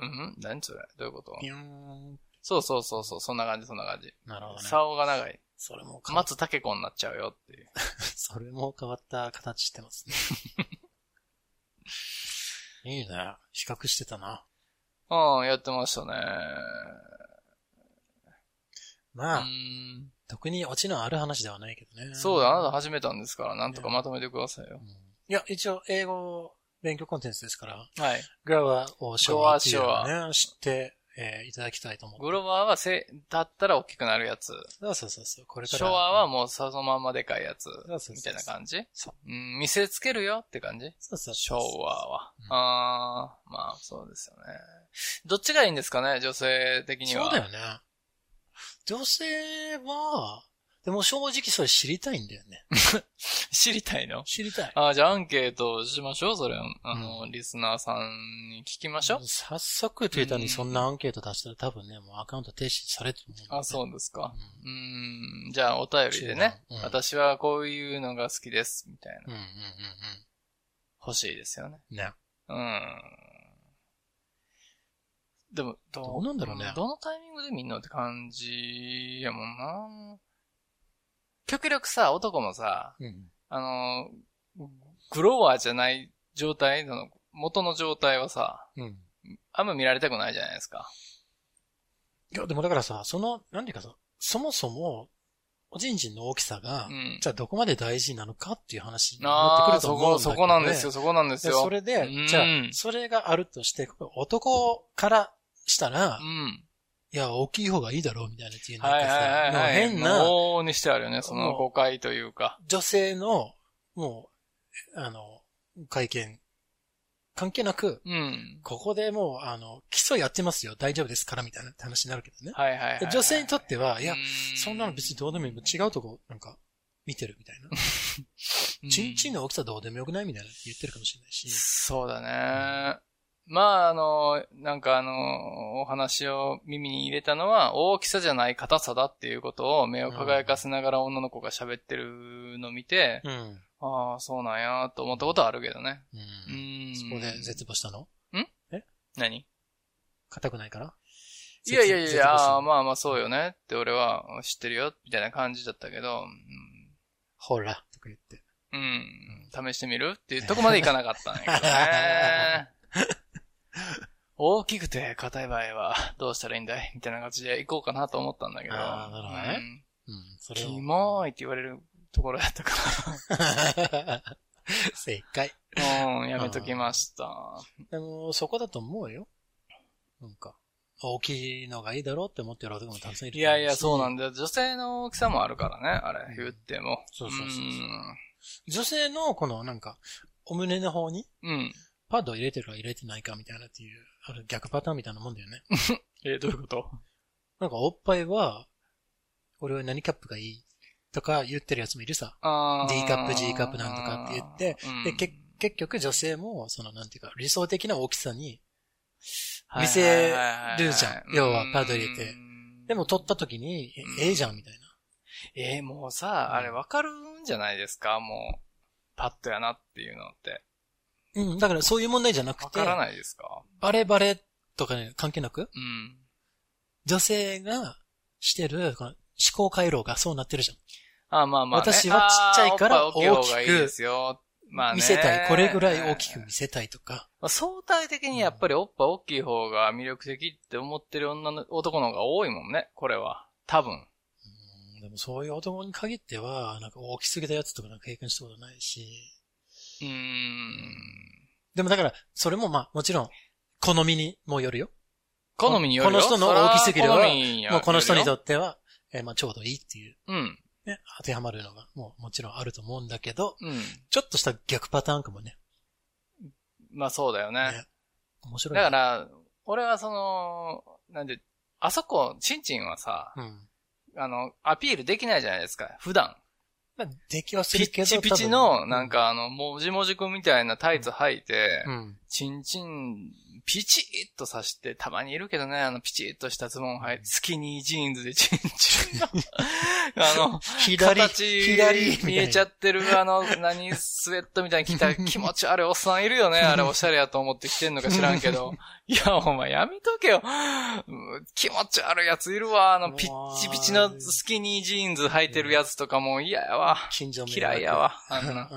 Speaker 1: うん何それどういうこと
Speaker 7: ピューン。
Speaker 1: そうそうそう、そうそんな感じ、そんな感じ。
Speaker 7: なるほどね。
Speaker 1: 竿が長い。
Speaker 7: それも変わっ
Speaker 1: 松茸子になっちゃうよっていう。
Speaker 7: それも変わった形してます ね。いいね。比較してたな。
Speaker 1: うん、やってましたね。う
Speaker 7: まあ、
Speaker 1: ん。
Speaker 7: 特にオチのある話ではないけどね。
Speaker 1: そうだ、あなた始めたんですから、なんとかまとめてくださいよ
Speaker 7: う。んいや、一応、英語勉強コンテンツですから、
Speaker 1: はい。
Speaker 7: グラワーを昭和っていうのをね、知って、えーいただきたいと思う。
Speaker 1: グローバーはせ、だったら大きくなるやつ。
Speaker 7: そうそうそうそう。これから。
Speaker 1: 昭和はもうそのまんまでかいやつ。
Speaker 7: そうそうそう
Speaker 1: みたいな感じ
Speaker 7: そう
Speaker 1: うん、見せつけるよって感じ
Speaker 7: そうそう
Speaker 1: 昭
Speaker 7: そう。
Speaker 1: 和は。あー、まあそうですよね。どっちがいいんですかね、女性的には。
Speaker 7: そうだよね。女性は、でも正直それ知りたいんだよね。
Speaker 1: 知りたいの
Speaker 7: 知りたい。
Speaker 1: あーじゃあアンケートしましょう、それ。あの、リスナーさんに聞きましょう。
Speaker 7: 早速ツイッターにそんなアンケート出したら多分ね、もうアカウント停止されてると思う。
Speaker 1: あ、そうですか。
Speaker 7: う
Speaker 1: うん、じゃあお便りでね、
Speaker 7: うん
Speaker 1: 私はこういうのが好きです、みたいな。
Speaker 7: ん。うんうんうん
Speaker 1: 欲しいですよね。
Speaker 7: うん。ね。
Speaker 1: うん。でも、ど
Speaker 7: どうなんだろうね
Speaker 1: どのタイミングでみんなって感じやもんな。極力さ、男もさ、
Speaker 7: うん。
Speaker 1: あの、グローワーじゃない状態の、元の状態はさ、
Speaker 7: うん。
Speaker 1: あんま見られたくないじゃないですか。
Speaker 7: いや、でもだからさ、その、なんていうかさ、そもそも、おじんじんの大きさが、
Speaker 1: うん
Speaker 7: じゃあどこまで大事なのかっていう話になってく
Speaker 1: ああ、
Speaker 7: ると
Speaker 1: そ
Speaker 7: 思うんだ
Speaker 1: こ、
Speaker 7: けど、
Speaker 1: そ
Speaker 7: ね。
Speaker 1: こなんですよ、そこなんです
Speaker 7: で
Speaker 1: よ。
Speaker 7: それで、
Speaker 1: うん
Speaker 7: じゃあ、それがあるとして、男からしたら
Speaker 1: う、ん。
Speaker 7: いや、大きい方がいいだろうみたいなっていうの
Speaker 1: はいはいはい、はい。
Speaker 7: 変
Speaker 1: まあ
Speaker 7: な、
Speaker 1: 往々にしてあるよね、その誤解というか。
Speaker 7: 女性の、もう、あの、会見、関係なく、
Speaker 1: うん。
Speaker 7: ここでもう、あの、基礎やってますよ、大丈夫ですから、みたいな話になるけどね。
Speaker 1: はいはいはい、はい。
Speaker 7: で女性にとっては、
Speaker 1: い
Speaker 7: いや、そんなの別にどうでもいい。違うとこ、なんか、見てるみたいな。
Speaker 1: に
Speaker 7: ちんちんの大きさどうでもよくないみたいな言ってるかもしれないし。
Speaker 1: そうだね。まあ、あの、なんかあの、お話を耳に入れたのは、大きさじゃない硬さだっていうことを目を輝かせながら女の子が喋ってるの見て、
Speaker 7: うん。
Speaker 1: ああ、そうなんや、と思ったことはあるけどね。
Speaker 7: う。
Speaker 1: うんん。
Speaker 7: そこで絶望したの
Speaker 1: 何
Speaker 7: 硬くないから
Speaker 1: いやいやい
Speaker 7: 絶望し
Speaker 1: や、
Speaker 7: たの
Speaker 1: ああまあまあそうよねって俺は知ってるよ、みたいな感じだったけど、
Speaker 7: ほら、とか言って。
Speaker 1: うん、うん、試してみるっていうとこまでいかなかったんやけどね。 大きくて硬い場合はどうしたらいいんだいみたいな感じで行こうかなと思ったんだけど。
Speaker 7: ああなるほどねうん、そ
Speaker 1: うん
Speaker 7: れを
Speaker 1: キモいって言われるところやったか
Speaker 7: 正解。
Speaker 1: ら。うん、やめときました。
Speaker 7: でも、そこだと思うよ。なんか、大きいのがいいだろうって思ってる男もたくさんいる
Speaker 1: いやいや、そうなん
Speaker 7: だ。
Speaker 1: だよ。女性の大きさもあるからね、あれ、言っても。
Speaker 7: そうそうそうそうん女性のこの、なんか、お胸の方に
Speaker 1: うん。
Speaker 7: パッドを入れてるか入れてないかみたいなっていう、ある逆パターンみたいなもんだよね。
Speaker 1: えどういうこと
Speaker 7: なんか、おっぱいは、俺は何カップがいいとか言ってるやつもいるさ。D
Speaker 1: D
Speaker 7: カップ G カップなんとかって言って、で、結結局女性も、その、なんていうか、理想的な大きさに、見せるじゃん。要は、パッド入れて。。でも、取った時に、
Speaker 1: うん
Speaker 7: えええじゃん、みたいな。
Speaker 1: ええーもうさ、あれわかるんじゃないですかもう、パッドやなっていうのって。
Speaker 7: うん、だからそういう問題じゃな
Speaker 1: わ
Speaker 7: くて
Speaker 1: か、らないですか
Speaker 7: バレバレとかね、関係なく、
Speaker 1: うん。
Speaker 7: 女性がしてる、この思考回路がそうなってるじゃん。
Speaker 1: あまあまあ、ね。
Speaker 7: 私はちっちゃいから
Speaker 1: あーおっぱい大きい方がいい
Speaker 7: 大きく
Speaker 1: ですよ。まあね。
Speaker 7: 見せたい、これぐらい大きく見せたいとか。
Speaker 1: まあ相対的にやっぱりおっぱい大きい方が魅力的って思ってる女の、男の方が多いもんね。これは。多分。
Speaker 7: うんでもそういう男に限っては、なんか大きすぎたやつとかなんか経験したことないし、
Speaker 1: うーん。
Speaker 7: でもだから、それもまあ、もちろん、好みにもよるよ。
Speaker 1: 好みによるよ
Speaker 7: この人の大きすぎるは
Speaker 1: そら好みによるよ
Speaker 7: もうこの人にとっては、えーまあ、ちょうどいいっていう、
Speaker 1: うん。
Speaker 7: ね、当てはまるのが、もう、もちろんあると思うんだけど、
Speaker 1: うん。
Speaker 7: ちょっとした逆パターンかもね。
Speaker 1: まあそうだよね。
Speaker 7: ね面白い
Speaker 1: だ
Speaker 7: ね。
Speaker 1: から、俺はその、なんで、あそこ、チンチンはさ、
Speaker 7: うん。
Speaker 1: あの、アピールできないじゃないですか、普段。
Speaker 7: まあ、出来はす
Speaker 1: ピ
Speaker 7: るけ
Speaker 1: ッ
Speaker 7: ど。
Speaker 1: チピチ
Speaker 7: 多
Speaker 1: の、
Speaker 7: 分
Speaker 1: なん、かあの、もじもじくんみたいなタイツ履いて、
Speaker 7: うん。
Speaker 1: チンチン、ピチッとさして、たまにいるけどね、あの、ピチッとしたズボン履いて、スキニージーンズでチンチ ンの、あの、
Speaker 7: 左、
Speaker 1: 形
Speaker 7: 左みたいな、
Speaker 1: 見えちゃってる、あの、何、スウェットみたいに 着た気持ち悪いおっさんいるよね。あれ、おしゃれやと思って着てんのか知らんけ ど。いや、お前やめとけよ。うん気持ち悪いやついるわ。あの、ピッチピチのスキニージーンズ履いてるやつとかもう嫌やわ。
Speaker 7: 近所迷惑
Speaker 1: 嫌いや。わ。あ
Speaker 7: うんん。う
Speaker 1: な。
Speaker 7: ん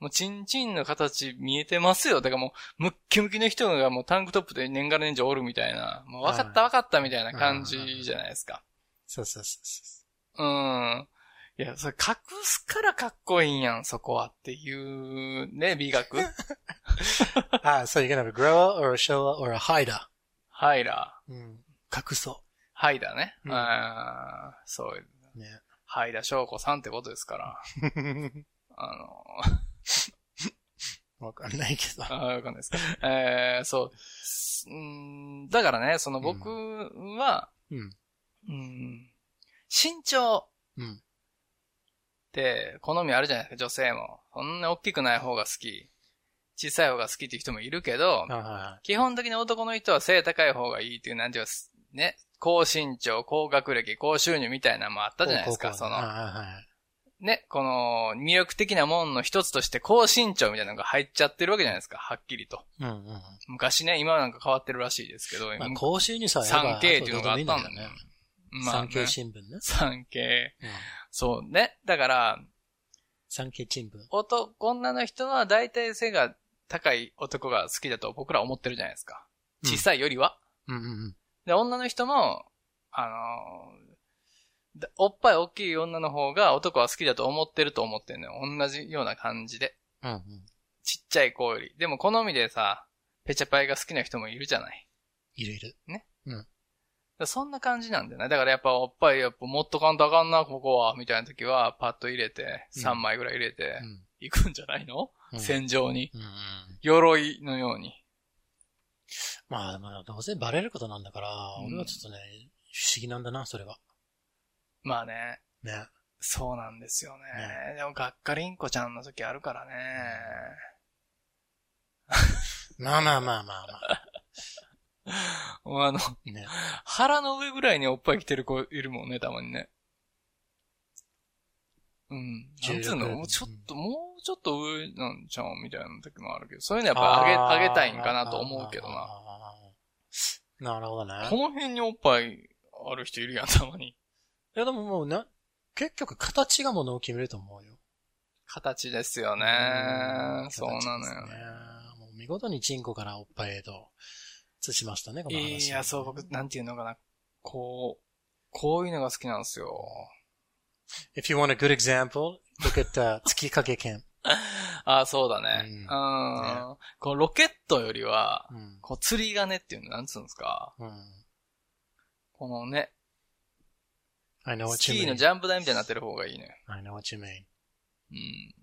Speaker 1: もう、チンチンの形見えてますよ。だからもう、ムッキムキの人がもうタンクトップで年がら年中おるみたいな。もう、分かった分かったみたいな感じじゃないですか。
Speaker 7: そうそうそうそう。
Speaker 1: うん。いや、それ隠すからかっこいいんやん、そこはっていう、ね、美 学
Speaker 7: Ah, so you're gonna have a grower or a shower or a hider.
Speaker 1: ハイラ。
Speaker 7: 隠そ
Speaker 1: ハイダね。
Speaker 7: うん
Speaker 1: あーそう、
Speaker 7: う。ね。
Speaker 1: ハイダ翔子さんってことです から。あの、
Speaker 7: わかんないけど。
Speaker 1: あーわかんないですか。えー、そうす。うんだからね、その僕は、
Speaker 7: うん
Speaker 1: うん身長
Speaker 7: うん
Speaker 1: って好みあるじゃないですか、女性も。そんな大きくない方が好き。小さい方が好きっていう人もいるけど、
Speaker 7: は
Speaker 1: 基本的に男の人は背高い方がいいっていう、なんていうか、ね、高身長、高学歴、高収入みたいなのもあっ
Speaker 7: い
Speaker 1: たじゃないですか、そ
Speaker 7: はい
Speaker 1: の、
Speaker 7: はい
Speaker 1: ね、この、魅力的なもんの一つとして高身長みたいなのが入っちゃってるわけじゃないですか、はっきりと。
Speaker 7: うんうんうん。
Speaker 1: 昔ね、今はなんか変わってるらしいですけど、
Speaker 7: まあ、
Speaker 1: 昔
Speaker 7: 公衆にさ、
Speaker 1: 産経っていうのがあったんだね。まあ、
Speaker 7: 産
Speaker 1: ね、
Speaker 7: 経新聞ね。
Speaker 1: 産経。そうね。だから、
Speaker 7: 産経新聞。
Speaker 1: 男、女の人は大体背が高い男が好きだと僕ら思ってるじゃないですか。
Speaker 7: うん
Speaker 1: 小さいよりは。
Speaker 7: うんうんうん。
Speaker 1: で、女の人も、あのーだおっぱい大きい女の方が男は好きだと思ってると思ってんのよ。同じような感じで。
Speaker 7: うんうん。
Speaker 1: ちっちゃい子より。でも好みでさ、ペチャパイが好きな人もいるじゃない。
Speaker 7: いるいる。
Speaker 1: だそんな感じなんだよね。だからやっぱおっぱいやっぱもっとかんとあかんな、ここは、みたいな時は、パッと入れて、
Speaker 7: うん
Speaker 1: 3枚ぐらい入れて
Speaker 7: う、ん。
Speaker 1: いくんじゃないの、
Speaker 7: うん
Speaker 1: 戦場に。
Speaker 7: うんうん。
Speaker 1: 鎧のように。
Speaker 7: まあ、でもどうせバレることなんだから、
Speaker 1: うん
Speaker 7: 俺はちょっとね、不思議なんだな、それは。
Speaker 1: まあね。
Speaker 7: ね。
Speaker 1: そうなんですよね。でも、がっかりんこちゃんの時あるからね。
Speaker 7: まあまあまあまあまあ。
Speaker 1: もうあの、
Speaker 7: ね。
Speaker 1: 腹の上ぐらいにおっぱい着てる子いるもんね、たまにね。うん。なんつうの
Speaker 7: 16
Speaker 1: もうちょっと、もうちょっと上なんちゃうみたいな時もあるけど、そういうのやっぱ上げ、上げたいんかなと思うけど
Speaker 7: あー
Speaker 1: な。。
Speaker 7: なるほどね。
Speaker 1: この辺におっぱいある人いるやん、たまに。
Speaker 7: いやでももうな、結局形がものを決めると思うよ。
Speaker 1: 形ですよね
Speaker 7: う。ん
Speaker 1: そうなのよ
Speaker 7: 形です
Speaker 1: ね
Speaker 7: ね。もう見事にチンコからおっぱいへと、移しましたね、この話。
Speaker 1: いや、そう、僕、なんていうのかな。こう、こういうのが好きなんですよ。
Speaker 7: If you want a good example, look at the 月影剣。
Speaker 1: ああ、そうだね。
Speaker 7: うん
Speaker 1: うん。
Speaker 7: ね
Speaker 1: このロケットよりは、
Speaker 7: うん。
Speaker 1: こう、釣り鐘っていうの、なんつうんですか。
Speaker 7: うん。
Speaker 1: このね、
Speaker 7: I know
Speaker 1: ス
Speaker 7: what
Speaker 1: キ
Speaker 7: you
Speaker 1: ー
Speaker 7: mean.
Speaker 1: のジャンプ台みたいになってる方がいいのよ。
Speaker 7: I know what you mean.
Speaker 1: うん。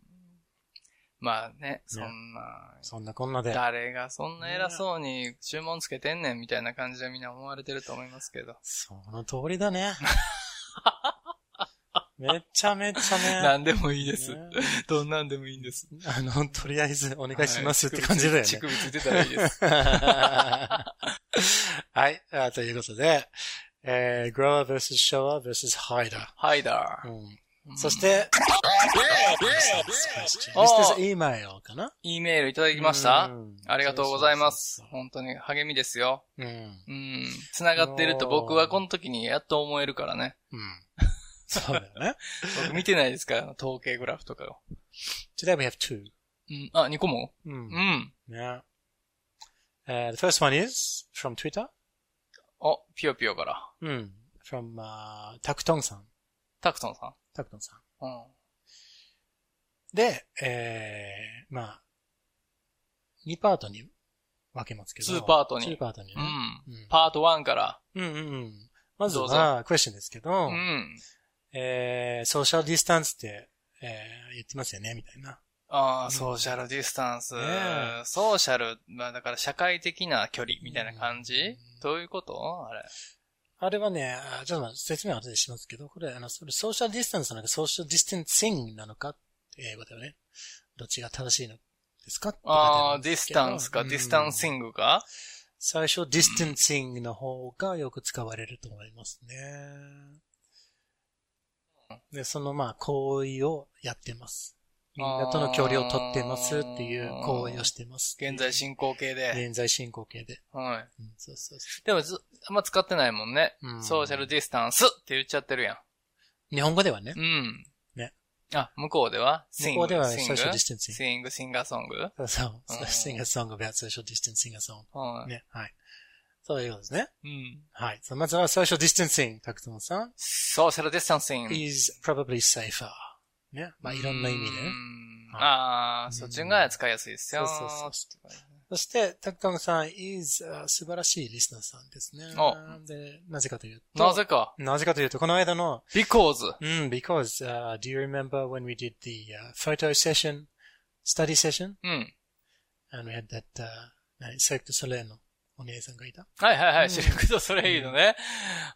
Speaker 1: まあね、そんな、
Speaker 7: そんなこんなで。
Speaker 1: 誰がそんな偉そうに注文つけてんねんみたいな感じでみんな思われてると思いますけど。
Speaker 7: その通り だね。めちゃめちゃね。
Speaker 1: なんでもいいです
Speaker 7: ね。
Speaker 1: どんなんでもいいんです。
Speaker 7: あの、とりあえずお
Speaker 1: お
Speaker 7: 願いしますって感じ だよね。
Speaker 1: 乳首ついてたらいい です。
Speaker 7: はい。あということで、えー、grower vs. shower vs. hider.
Speaker 1: ハイダ
Speaker 7: う
Speaker 1: ー。
Speaker 7: ん。そして、
Speaker 1: おー
Speaker 7: Mr. Email かな
Speaker 1: うん、E メールいただきました
Speaker 7: うん
Speaker 1: ありがとうございます
Speaker 7: そう。そう
Speaker 1: 本当に励みですよ。
Speaker 7: そうそううん。
Speaker 1: うん。繋がってると僕はこの時にやっと思えるからね。
Speaker 7: うん。そうだよね。
Speaker 1: 僕見てないですから、統計グラフとかを。
Speaker 7: Today we have two.
Speaker 1: うん。あ、2個も
Speaker 7: う。
Speaker 1: うんん。
Speaker 7: Yeah. Uh, the first one is from Twitter.
Speaker 1: あ、ピヨピヨから。
Speaker 7: うん。from, uh, タクトンさん。
Speaker 1: タクトンさん。
Speaker 7: タクトンさん。
Speaker 1: うん。
Speaker 7: で、えー、まあ、 2パートに分けますけど。
Speaker 1: 2パートに
Speaker 7: 2パートに
Speaker 1: う
Speaker 7: ね。
Speaker 1: ん。
Speaker 7: うん
Speaker 1: パート1から。
Speaker 7: うんうんうん。まず
Speaker 1: どうぞ
Speaker 7: は、クエスチョンですけど、
Speaker 1: うん。
Speaker 7: えー、ソーシャルディスタンスって、えー、言ってますよね、みたいな。
Speaker 1: あ
Speaker 7: う
Speaker 1: あ、
Speaker 7: ん
Speaker 1: ソーシャルディスタンス。
Speaker 7: ねえ
Speaker 1: ソーシャル、まあだから社会的な距離みたいな感じ、
Speaker 7: うん
Speaker 1: どういうことあれ。
Speaker 7: あれはね、あちょっと待って説明は後でしますけど、これ、あの、それソーシャルディスタンスなのか、ソーシャルディスタンシングなのか、英語ではね、どっちが正しいのですか
Speaker 1: ああ、ディスタンスか、ディスタンシ
Speaker 7: グ。
Speaker 1: ングか
Speaker 7: 最初、ディスタンシングの方がよく使われると思いますね。で、その、まあ、行為をやってます。みんなとの距離を取ってますっていう行為をしてます。
Speaker 1: 現在進行形で。
Speaker 7: 現在進行形で。
Speaker 1: はい。
Speaker 7: うん、そうそうそ
Speaker 1: でもず、あんま使ってないもんね。
Speaker 7: うん
Speaker 1: ソーシャルディスタンスって言っちゃってるやん。
Speaker 7: う。日本語ではね
Speaker 1: う、ん。
Speaker 7: ね。
Speaker 1: あ、向こうでは
Speaker 7: 向こうでは
Speaker 1: シング
Speaker 7: social distancing
Speaker 1: シング、シンガーソング
Speaker 7: そ うそう
Speaker 1: うん。
Speaker 7: シンガーソング about social distancing and so on.
Speaker 1: はい。
Speaker 7: ね、はい。そういうことですね。
Speaker 1: うん。
Speaker 7: はい。そうまずは social distancing、タクトンさん。
Speaker 1: ソーシャルディスタンシング。
Speaker 7: is probably safer. ね。まあ、いろんな意味で
Speaker 1: う
Speaker 7: ね。
Speaker 1: ん
Speaker 7: はい
Speaker 1: ああ、そっちが使いやすいですよ。
Speaker 7: そうそうそして、タクトンさん is あ素晴らしいリスナーさんですね。
Speaker 1: お
Speaker 7: で、なぜかというと。
Speaker 1: なぜか。
Speaker 7: なぜかというと、この間の、
Speaker 1: because.
Speaker 7: うん、because,、uh, do you remember when we did the、uh, photo session, study session?
Speaker 1: うん。
Speaker 7: And we had that, uh, 何セクトソレイのお姉さんがいた。
Speaker 1: はいはいは
Speaker 7: うん
Speaker 1: い。シルクとそれいいのね。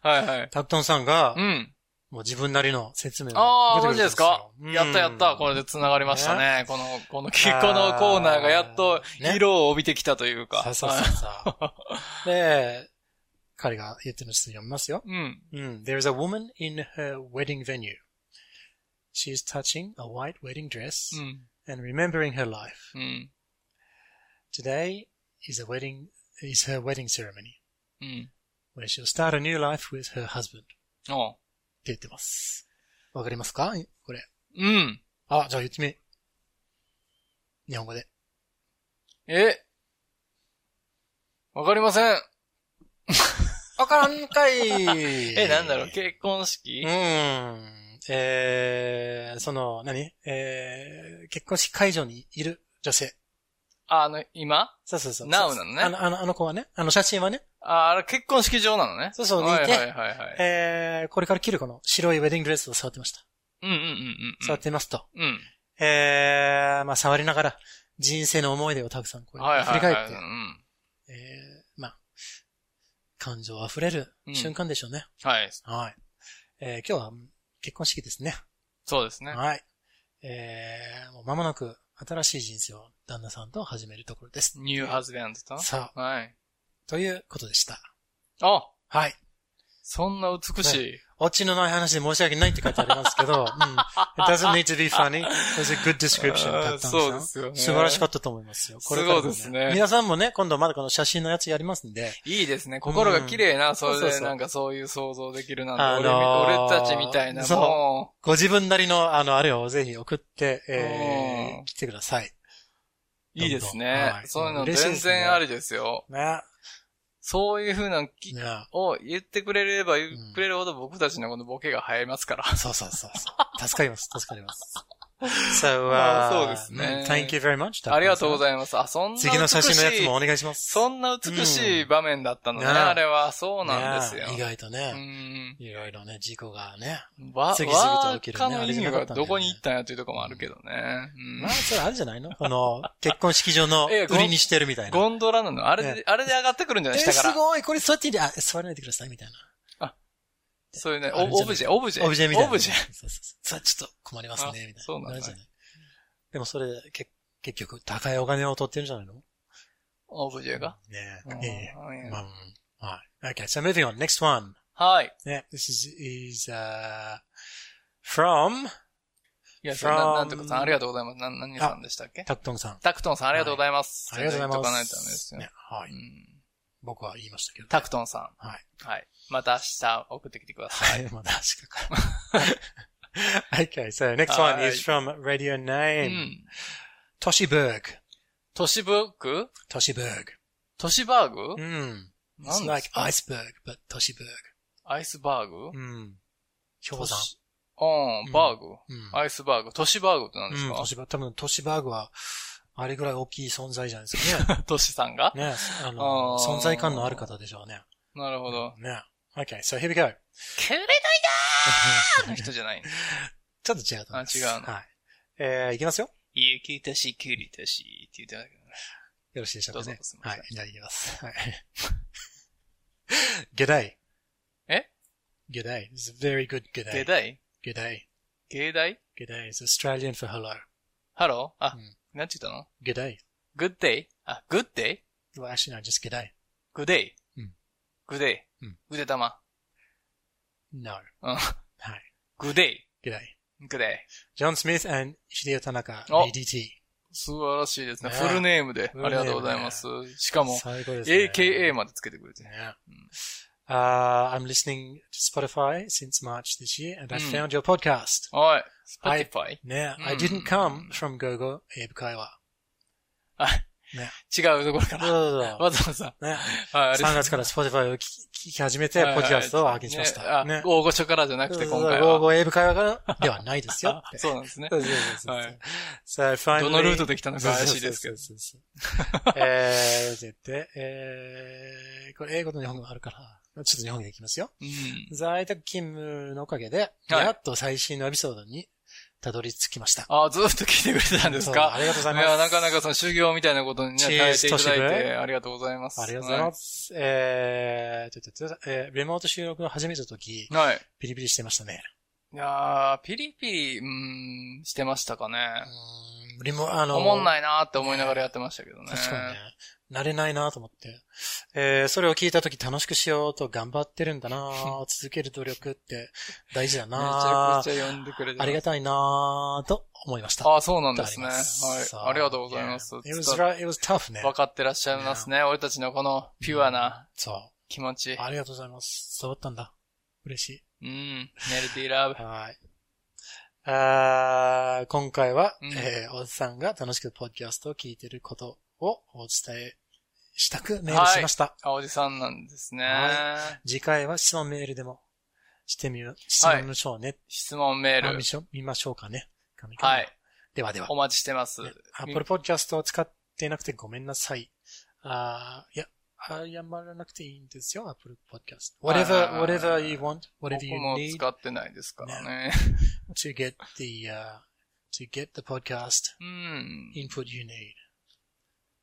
Speaker 1: はいはい。
Speaker 7: タクトンさんが、
Speaker 1: うん。
Speaker 7: もう自分なりの説明を
Speaker 1: ああ、
Speaker 7: 出
Speaker 1: マ
Speaker 7: てくれ
Speaker 1: ジ
Speaker 7: た
Speaker 1: で
Speaker 7: ん
Speaker 1: すか
Speaker 7: よ
Speaker 1: やったやった。これで繋がりましたね。この、この、このコーナーがやっと
Speaker 7: ね
Speaker 1: 色を帯びてきたという
Speaker 7: うん
Speaker 1: か。
Speaker 7: そうそうそ うそう。で、彼が言ってるのをちょっと読みますよ。
Speaker 1: うん。
Speaker 7: うん。There's a woman in her wedding venue. She is touching a white wedding dress
Speaker 1: うん。
Speaker 7: and remembering her life.
Speaker 1: うん。
Speaker 7: Today is a wedding, is her wedding ceremony
Speaker 1: うん。
Speaker 7: where she'll start a new life with her husband って
Speaker 1: おう
Speaker 7: 言ってます。わかりますかこれ。
Speaker 1: うん。
Speaker 7: あ、じゃあ言ってみ。日本語で。
Speaker 1: えわかりません。
Speaker 7: わからんか い
Speaker 1: え、なんだろう、結婚式
Speaker 7: うーん。えー、その、何えー、結婚式会場にいる女性。
Speaker 1: ああの、今
Speaker 7: そうそうそう。
Speaker 1: Now なのね
Speaker 7: あの、あの、あの子はね、あの写真はね、
Speaker 1: あーあれ、結婚式場なのね。
Speaker 7: そうそう
Speaker 1: はい
Speaker 7: 似て
Speaker 1: はいはいはい。
Speaker 7: えー、これから着るこの白いウェディングドレスを触ってました。
Speaker 1: うんうんうん
Speaker 7: 触ってますと。
Speaker 1: うん。うん。
Speaker 7: えー、まあ触りながら、人生の思い出をたくさんこう
Speaker 1: はいはいはい。
Speaker 7: 振り返って
Speaker 1: う、ん。
Speaker 7: えー、まあ、感情溢れる瞬間でしょうね。
Speaker 1: はい。
Speaker 7: はい。えー、今日は結婚式ですね。
Speaker 1: そうですね。
Speaker 7: はい。えー、もう間もなく新しい人生を旦那さんと始めるところです。
Speaker 1: ニューハズベンドと。
Speaker 7: さあ、
Speaker 1: はい。
Speaker 7: ということでした。
Speaker 1: あ
Speaker 7: はい。
Speaker 1: そんな美しい。
Speaker 7: オチのない話で申し訳ないって書いてあります けど、うん。It doesn't need to be funny. It's a good description.
Speaker 1: あー
Speaker 7: だったん
Speaker 1: そうですよね
Speaker 7: 素晴らしかったと思いますよ。れからも
Speaker 1: そうですね
Speaker 7: 皆さんもね、今度まだこの写真のやつやりますんで。
Speaker 1: いいですね。心が綺麗な、それ
Speaker 7: そうそう
Speaker 1: で
Speaker 7: そう
Speaker 1: なんかそういう想像できるなんて、
Speaker 7: あのー
Speaker 1: 俺み俺たちみたいな、
Speaker 7: そう
Speaker 1: も
Speaker 7: ご自分なりの、あの、あれをぜひ送って、え
Speaker 1: う
Speaker 7: ー、
Speaker 1: ん
Speaker 7: 来てください。
Speaker 1: う、いいです
Speaker 7: どんどん
Speaker 1: ね
Speaker 7: は。い
Speaker 1: そういうの
Speaker 7: 嬉しいで
Speaker 1: 全
Speaker 7: すね
Speaker 1: 然ありですよ。
Speaker 7: ね。
Speaker 1: そういう風なき
Speaker 7: ね
Speaker 1: を言ってくれれば言
Speaker 7: うん
Speaker 1: うくれるほど僕たちのこのボケが生えますから。
Speaker 7: そうそうそうそう。助かります、助かり ます。So,
Speaker 1: まあ
Speaker 7: uh,
Speaker 1: そうですね
Speaker 7: Thank you very much.
Speaker 1: ありがとうご
Speaker 7: い
Speaker 1: ざいます。あ、そんな美しい。
Speaker 7: 次の写真のやつもお願いします。
Speaker 1: そんな美しい場面だったのね、
Speaker 7: うん
Speaker 1: あれは。そうなんですよ
Speaker 7: ね。意外と
Speaker 1: う
Speaker 7: ね、
Speaker 1: ん。
Speaker 7: いろいろね、事故がね。
Speaker 1: わ、
Speaker 7: 次々と
Speaker 1: わ
Speaker 7: 起きるね
Speaker 1: かの
Speaker 7: あれ
Speaker 1: 意
Speaker 7: じゃな
Speaker 1: 味
Speaker 7: かっ
Speaker 1: が
Speaker 7: たんだよね
Speaker 1: どこに行ったんやというところもあるけどね。
Speaker 7: まあ、それあるじゃないのこの、結婚式 場の
Speaker 1: いやご
Speaker 7: 売りにしてるみた
Speaker 1: うん。
Speaker 7: いな。
Speaker 1: ゴンドラなの。あれ
Speaker 7: ね
Speaker 1: で、あれで上がってくるんじゃ
Speaker 7: え
Speaker 1: ない
Speaker 7: ー
Speaker 1: 下
Speaker 7: す
Speaker 1: から。
Speaker 7: ごいこれ座っていいんで、あ、座らないでください、みたい
Speaker 1: そういうね、
Speaker 7: あれじゃな
Speaker 1: お
Speaker 7: い
Speaker 1: オブジェ、オブジェ。
Speaker 7: な。オブジェみたいな。
Speaker 1: オブジェ。
Speaker 7: そうそうそう。さちょっと困りますね、み
Speaker 1: あ
Speaker 7: たいな。
Speaker 1: そうなんだ
Speaker 7: るじゃいでもそれ、け結局、高いお金を取ってるんじゃないのね
Speaker 1: オブジェが。
Speaker 7: え。いえいえ
Speaker 1: うん
Speaker 7: まあうんはい。Okay, so moving on. Next one.
Speaker 1: はい。
Speaker 7: Yeah, this is is uh from
Speaker 1: いや、
Speaker 7: From-
Speaker 1: そんな、なんてことさん、ありがとうございます。な、何さんでしたっけ
Speaker 7: タクトンさん。
Speaker 1: タクトンさん、ありがとうございます。
Speaker 7: ありがとうござい
Speaker 1: 全然言っとかな
Speaker 7: ま
Speaker 1: いとダメです
Speaker 7: す。
Speaker 1: よ
Speaker 7: ね。、は
Speaker 1: う
Speaker 7: い。
Speaker 1: ん
Speaker 7: 僕は言いましたけど。
Speaker 1: タクトンさ
Speaker 7: はい。
Speaker 1: ん。はい。また明日送ってきてください。
Speaker 7: はい、まだ確か か。okay, so next one
Speaker 1: はい
Speaker 7: is from radio
Speaker 1: う
Speaker 7: name.
Speaker 1: ん。
Speaker 7: トシブーグ。
Speaker 1: 都市ブック
Speaker 7: トシブー
Speaker 1: 都市バーグ
Speaker 7: グ。うん。
Speaker 1: な
Speaker 7: It's
Speaker 1: んです
Speaker 7: like
Speaker 1: か
Speaker 7: iceberg, but トシブー
Speaker 1: アイスバーグ
Speaker 7: グ。うん。氷山。
Speaker 1: うん、バーグ。
Speaker 7: うん。
Speaker 1: アイスバーグ。都市バーグって何です
Speaker 7: うん、
Speaker 1: か
Speaker 7: トシバ、多分トシバーグは、あれぐらい大きい存在じゃないですかね。
Speaker 1: トシさんが
Speaker 7: ね、あの、
Speaker 1: あー
Speaker 7: 存在感のある方でしょうね。
Speaker 1: なるほど。
Speaker 7: ね。Okay, so here we go.
Speaker 1: くれないだーの人じゃ ないの。
Speaker 7: ちょっと違うと思います。
Speaker 1: あ違うの
Speaker 7: はい。えー、いきますよ。
Speaker 1: ゆきたし、きゅりたしって言ってたけどね。
Speaker 7: よろしいでしょうかね
Speaker 1: どうぞすい。ま
Speaker 7: は
Speaker 1: せん
Speaker 7: い。じゃあいきます。 はい。good day.
Speaker 1: え
Speaker 7: ?good day. It's a very good good
Speaker 1: 芸
Speaker 7: day.
Speaker 1: 大
Speaker 7: good day.
Speaker 1: 芸大
Speaker 7: good day. It's Australian for hello.
Speaker 1: ハローあ
Speaker 7: うん、
Speaker 1: なんて言ったの
Speaker 7: good day.
Speaker 1: ?good day? あ、good day?
Speaker 7: Well, actually, no, just good day.
Speaker 1: good day?
Speaker 7: うん。
Speaker 1: good day?
Speaker 7: うん。
Speaker 1: 腕玉。
Speaker 7: No.
Speaker 1: うん。
Speaker 7: はい。
Speaker 1: good day?
Speaker 7: good day.
Speaker 1: good day?
Speaker 7: John Smith and Hideo Tanaka,
Speaker 1: お
Speaker 7: BDT.
Speaker 1: 素晴らしいですね。
Speaker 7: ね
Speaker 1: フルネームで。
Speaker 7: フルネ
Speaker 1: ありが
Speaker 7: ームね
Speaker 1: とうございます。しかも、
Speaker 7: 最高ですね。
Speaker 1: AKA までつけてくれて。
Speaker 7: Yeah.
Speaker 1: Mm.
Speaker 7: Uh, I'm listening to Spotify since March this year, and I
Speaker 1: Mm.
Speaker 7: found your podcast.
Speaker 1: はい。
Speaker 7: はい
Speaker 1: Spotify?
Speaker 7: Now, I
Speaker 1: Mm.
Speaker 7: didn't come from Gogo Ebukaiwa.
Speaker 1: 違うところから。
Speaker 7: 3
Speaker 1: わざわざ。はい、ありがとう
Speaker 7: 月から Spotify を聞き聞き始めて、ポッドキャストを発見しまし
Speaker 1: ねあ
Speaker 7: た。ね。
Speaker 1: 大御所からじゃなくて、今回は。
Speaker 7: Gogo Ebukaiwa からではないですよ
Speaker 1: あ
Speaker 7: って。
Speaker 1: そうなんですね。
Speaker 7: そうそうそうそう
Speaker 1: はい
Speaker 7: So, finally,
Speaker 1: どのルートで来たのか怪しいですけど。
Speaker 7: そうそうそうそうえー、絶対、えー、これ英語と日本語があるから、ちょっと日本語でいきますよ。
Speaker 1: うん。
Speaker 7: 在宅勤務のおかげで、
Speaker 1: はい
Speaker 7: やっと最新のエピソードにたどり着きました。
Speaker 1: あずっと聞いてくれてたんです
Speaker 7: そう
Speaker 1: か
Speaker 7: ありがとうござい
Speaker 1: い
Speaker 7: ます。
Speaker 1: や、なかなかその修行みたいなことにね
Speaker 7: チ
Speaker 1: 耐
Speaker 7: ー
Speaker 1: え
Speaker 7: ズ
Speaker 1: ていただい
Speaker 7: として
Speaker 1: て、
Speaker 7: ね
Speaker 1: ありがとうございます。
Speaker 7: ありがとうございます。えー、ちょっとちょっと、えーリモート収録を始めたとき、
Speaker 1: はい。はい。
Speaker 7: ピリピリしてましたね。
Speaker 1: いやー、ピリピリ、うーん、してましたかね
Speaker 7: う。ーんリモ、あの、
Speaker 1: おもんないなーって思いながらやってましたけどね。
Speaker 7: 確かにね。慣れないなと思って。えー、それを聞いたとき楽しくしようと頑張ってるんだな 続ける努力って大事だ
Speaker 1: めちゃ
Speaker 7: な
Speaker 1: くちゃ読んでくれて
Speaker 7: ありが
Speaker 1: と
Speaker 7: たいなと思いました。
Speaker 1: ああ、そうなんですね。
Speaker 7: あり
Speaker 1: は
Speaker 7: ます
Speaker 1: い。ありがとうございます
Speaker 7: Yeah.。It was, right, it was tough ね。
Speaker 1: 分かってらっしゃいますね。俺たちのこのピュアな
Speaker 7: そ
Speaker 1: 気持ち
Speaker 7: う。。ありがとうございます。伝わったんだ。嬉しい。
Speaker 1: うん。メルティーラブ。
Speaker 7: はい。あー今回は、
Speaker 1: うん
Speaker 7: えーおじさんが楽しくポッドキャストを聞いてることをお伝えしたくメールしました。
Speaker 1: 青じさんなんですね。
Speaker 7: は次回は質問メールでもしてみよう、質問ましょうね。
Speaker 1: 質問メー
Speaker 7: あ
Speaker 1: ル
Speaker 7: 見。しょ見ましょうかね。神々
Speaker 1: はい。。
Speaker 7: ではでは
Speaker 1: お。待ちしてます。
Speaker 7: ね Apple Podcast を使ってなくてごめんなさい。あーいや、謝らなくていいんですよ、Apple Podcast。whatever,
Speaker 1: あー
Speaker 7: whatever you want,
Speaker 1: 僕
Speaker 7: whatever you
Speaker 1: も
Speaker 7: need
Speaker 1: 使ってないですからね。
Speaker 7: to get the,、uh, to get the podcast
Speaker 1: うん。
Speaker 7: input you need.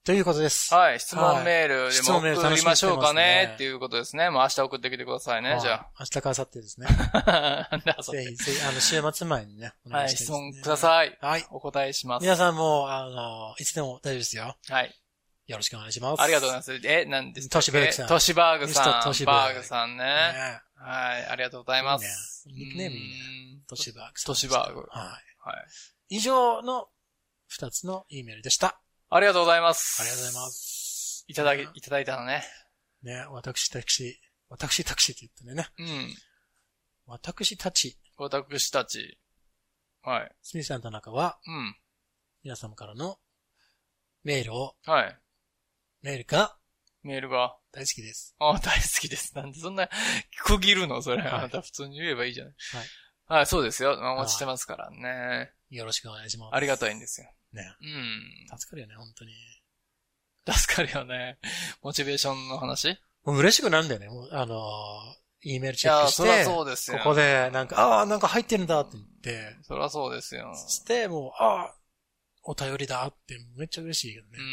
Speaker 7: ということです。
Speaker 1: はい。質問メール
Speaker 7: 質
Speaker 1: で
Speaker 7: 問メー
Speaker 1: も
Speaker 7: ル
Speaker 1: 送
Speaker 7: 楽
Speaker 1: り
Speaker 7: しみ
Speaker 1: ま
Speaker 7: にし
Speaker 1: して
Speaker 7: ますね
Speaker 1: ょうかねっていうことですね。まあ明日送ってきてくださいね、じゃ
Speaker 7: あ。明日か明後日 ですね。
Speaker 1: あ。なんで
Speaker 7: ぜひ、ぜひ、あの、週末前にね、お
Speaker 1: は
Speaker 7: 願
Speaker 1: い。
Speaker 7: い
Speaker 1: 質
Speaker 7: したいですね
Speaker 1: 問ください。
Speaker 7: はい。
Speaker 1: お答えします。
Speaker 7: 皆さんも、あの、いつでも大丈夫ですよ。
Speaker 1: はい。
Speaker 7: よろしくお願いします。
Speaker 1: ありがとうござい
Speaker 7: ま
Speaker 1: ます。え、何ですか
Speaker 7: トシバーグさん
Speaker 1: トシバーグ
Speaker 7: ミスタ
Speaker 1: さ
Speaker 7: ー
Speaker 1: ん。
Speaker 7: ト
Speaker 1: ト
Speaker 7: シ
Speaker 1: シ
Speaker 7: バー
Speaker 1: バ
Speaker 7: グ
Speaker 1: ーグさんね。
Speaker 7: ね。
Speaker 1: はい。ありがとうございます。
Speaker 7: いいねニックネームいいね
Speaker 1: うん
Speaker 7: トシバーグさ
Speaker 1: ト
Speaker 7: ん。
Speaker 1: シバーグ
Speaker 7: は
Speaker 1: はい。
Speaker 7: い。以上の二つの E メールでした。
Speaker 1: ありがとうございます。。
Speaker 7: ありがとうございますす。
Speaker 1: いただき、いただいたのね。
Speaker 7: ね、私タクシー、私タクシーって言ってね。
Speaker 1: うん。
Speaker 7: 私たち、
Speaker 1: 私たち。はい。
Speaker 7: スミスさんと中は、
Speaker 1: うん。
Speaker 7: 皆様からのメールを、
Speaker 1: はい。
Speaker 7: メールが
Speaker 1: メールが。
Speaker 7: 大好きです。
Speaker 1: あ大好きです。なんでそんな、区切るのそれ。
Speaker 7: はい
Speaker 1: あなた普通に言えばいいじゃない。はい。はい、そうですよ。お待ちしてますからね。
Speaker 7: よろしくお願いします。
Speaker 1: ありがたいん
Speaker 7: ね。
Speaker 1: ですよ。うん。
Speaker 7: 助かるよね、本当に。
Speaker 1: 助かるよね。モチベーションの話い
Speaker 7: もう嬉しくなるんだよね。もうあのー、E メールチェッ
Speaker 1: や、
Speaker 7: クして。
Speaker 1: そりゃそうですよ。
Speaker 7: ここで、なんか、ああ、なんか入ってるんだって言って、
Speaker 1: そりゃそうですよ。
Speaker 7: そして、もう、ああ、お便りだって、めっちゃ嬉しいよ
Speaker 1: う
Speaker 7: ね。
Speaker 1: ん。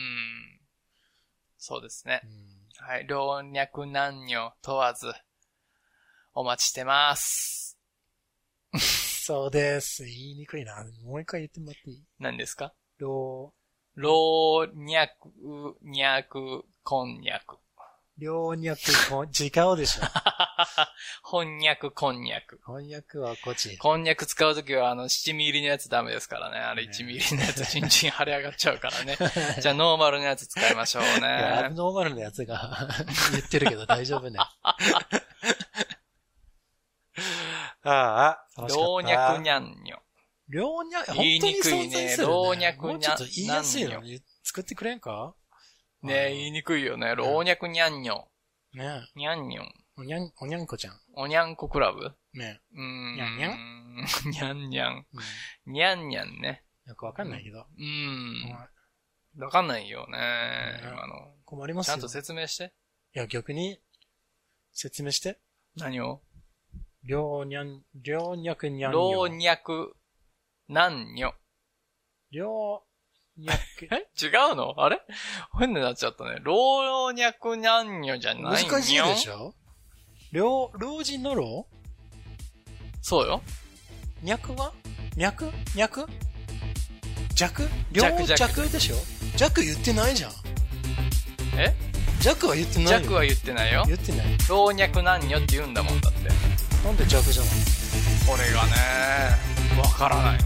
Speaker 1: そうですね
Speaker 7: う。ん
Speaker 1: はい。老若男女問わず、お待ちしてます。
Speaker 7: そうです。言いにくいな。もう一回言ってもらっていい
Speaker 1: 何ですか
Speaker 7: 老、
Speaker 1: 老若、若、こんにゃく。
Speaker 7: 老若、こん、時間 でしょ。
Speaker 1: 翻訳、こんにゃく。
Speaker 7: 翻訳はこっち。
Speaker 1: こんにゃく使うときは、あの、七ミリのやつダメですからね。あれ
Speaker 7: ね
Speaker 1: 1ミリのや つ、ちんちん腫れ上がっちゃうからね。じゃあ、ノーマルのやつ使いましょう
Speaker 7: いやア
Speaker 1: ね
Speaker 7: ブ。ノーマルなやつが 言ってるけど大丈 夫ね。ああ、楽しか
Speaker 1: 老
Speaker 7: った
Speaker 1: 若にゃんにょ。
Speaker 7: 老若、
Speaker 1: 言いにくいね
Speaker 7: 本当に存在するよ
Speaker 1: 老若
Speaker 7: もうちょっと言いやすい
Speaker 1: な
Speaker 7: の
Speaker 1: ん
Speaker 7: 作ってくれんか
Speaker 1: ねえ、言いにくいよね。老若にゃんにょ。
Speaker 7: ね
Speaker 1: にゃんにょ。
Speaker 7: おにゃん、おにゃんこちゃん。
Speaker 1: おにゃんこクラブ
Speaker 7: ね
Speaker 1: うーん。
Speaker 7: にゃ んにゃ
Speaker 1: んにゃんにゃん。
Speaker 7: うん
Speaker 1: にゃんにゃんね。
Speaker 7: よくわかんないけど。
Speaker 1: うーん。
Speaker 7: まあ
Speaker 1: わかんないよね。
Speaker 7: うん
Speaker 1: 今の。
Speaker 7: 困りま
Speaker 1: ち
Speaker 7: す
Speaker 1: ゃ
Speaker 7: よ。
Speaker 1: んと説明して。
Speaker 7: いや、逆に、説明して。
Speaker 1: 何を
Speaker 7: りょうにゃん、りょうにゃくにゃん
Speaker 1: 老
Speaker 7: よ。
Speaker 1: 若男女。
Speaker 7: りょ うにゃく。
Speaker 1: え違うのあれ変になっちゃったね。老若男女じゃない
Speaker 7: 難しいでし
Speaker 1: ょ
Speaker 7: ょりょう、老人のろ
Speaker 1: そうよ。
Speaker 7: う脈は脈脈弱両
Speaker 1: 弱弱
Speaker 7: 弱でしょ弱言ってないじゃん。
Speaker 1: え
Speaker 7: 弱は言ってないよ。
Speaker 1: 弱は言ってないよ。
Speaker 7: 言ってない。
Speaker 1: 老若男女って言うんだもんだって。
Speaker 7: なんで弱じゃない
Speaker 1: これがね、わからない。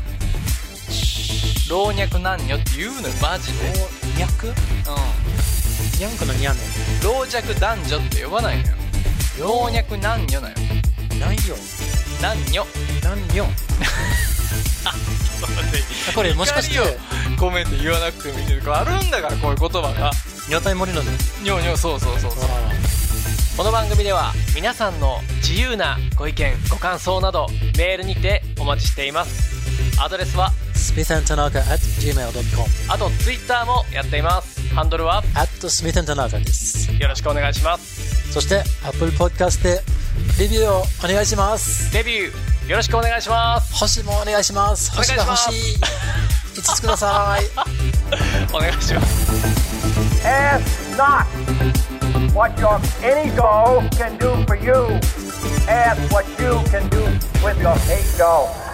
Speaker 1: 老若男女って言うのよ、マジで。
Speaker 7: お、脈
Speaker 1: うん。
Speaker 7: にゃんこのにゃんね。
Speaker 1: 老若男女って呼ばないのよ。老若男女だよ。
Speaker 7: ないよ。
Speaker 1: 男 女。
Speaker 7: なんよ。これもしかして、
Speaker 1: 怒りごめんって言わなくてもいいけど、あるんだからこういう言葉が。
Speaker 7: 女体森のね。
Speaker 1: にょにょ、そうそうそうそう。
Speaker 3: この番組では皆さんの自由なご意見ご感想などメールにてお待ちしていますアドレスは
Speaker 7: スミ t ンタナカ at gmail.com
Speaker 3: あとツイッターもやっていますハンドルは
Speaker 7: at スミ t ンタナカです。
Speaker 3: よろしくお願いします
Speaker 7: そして、Apple Podcast でレビューをお願いします。
Speaker 3: デビューよろしくお願いします
Speaker 7: 星もお願いします。
Speaker 3: 願い
Speaker 7: 星
Speaker 3: し
Speaker 7: が
Speaker 3: ま
Speaker 7: 欲
Speaker 3: す
Speaker 7: しい。5つ ください。
Speaker 3: お願いします
Speaker 5: Ask not what your any doll can do for you. Ask what you can do with your hate doll.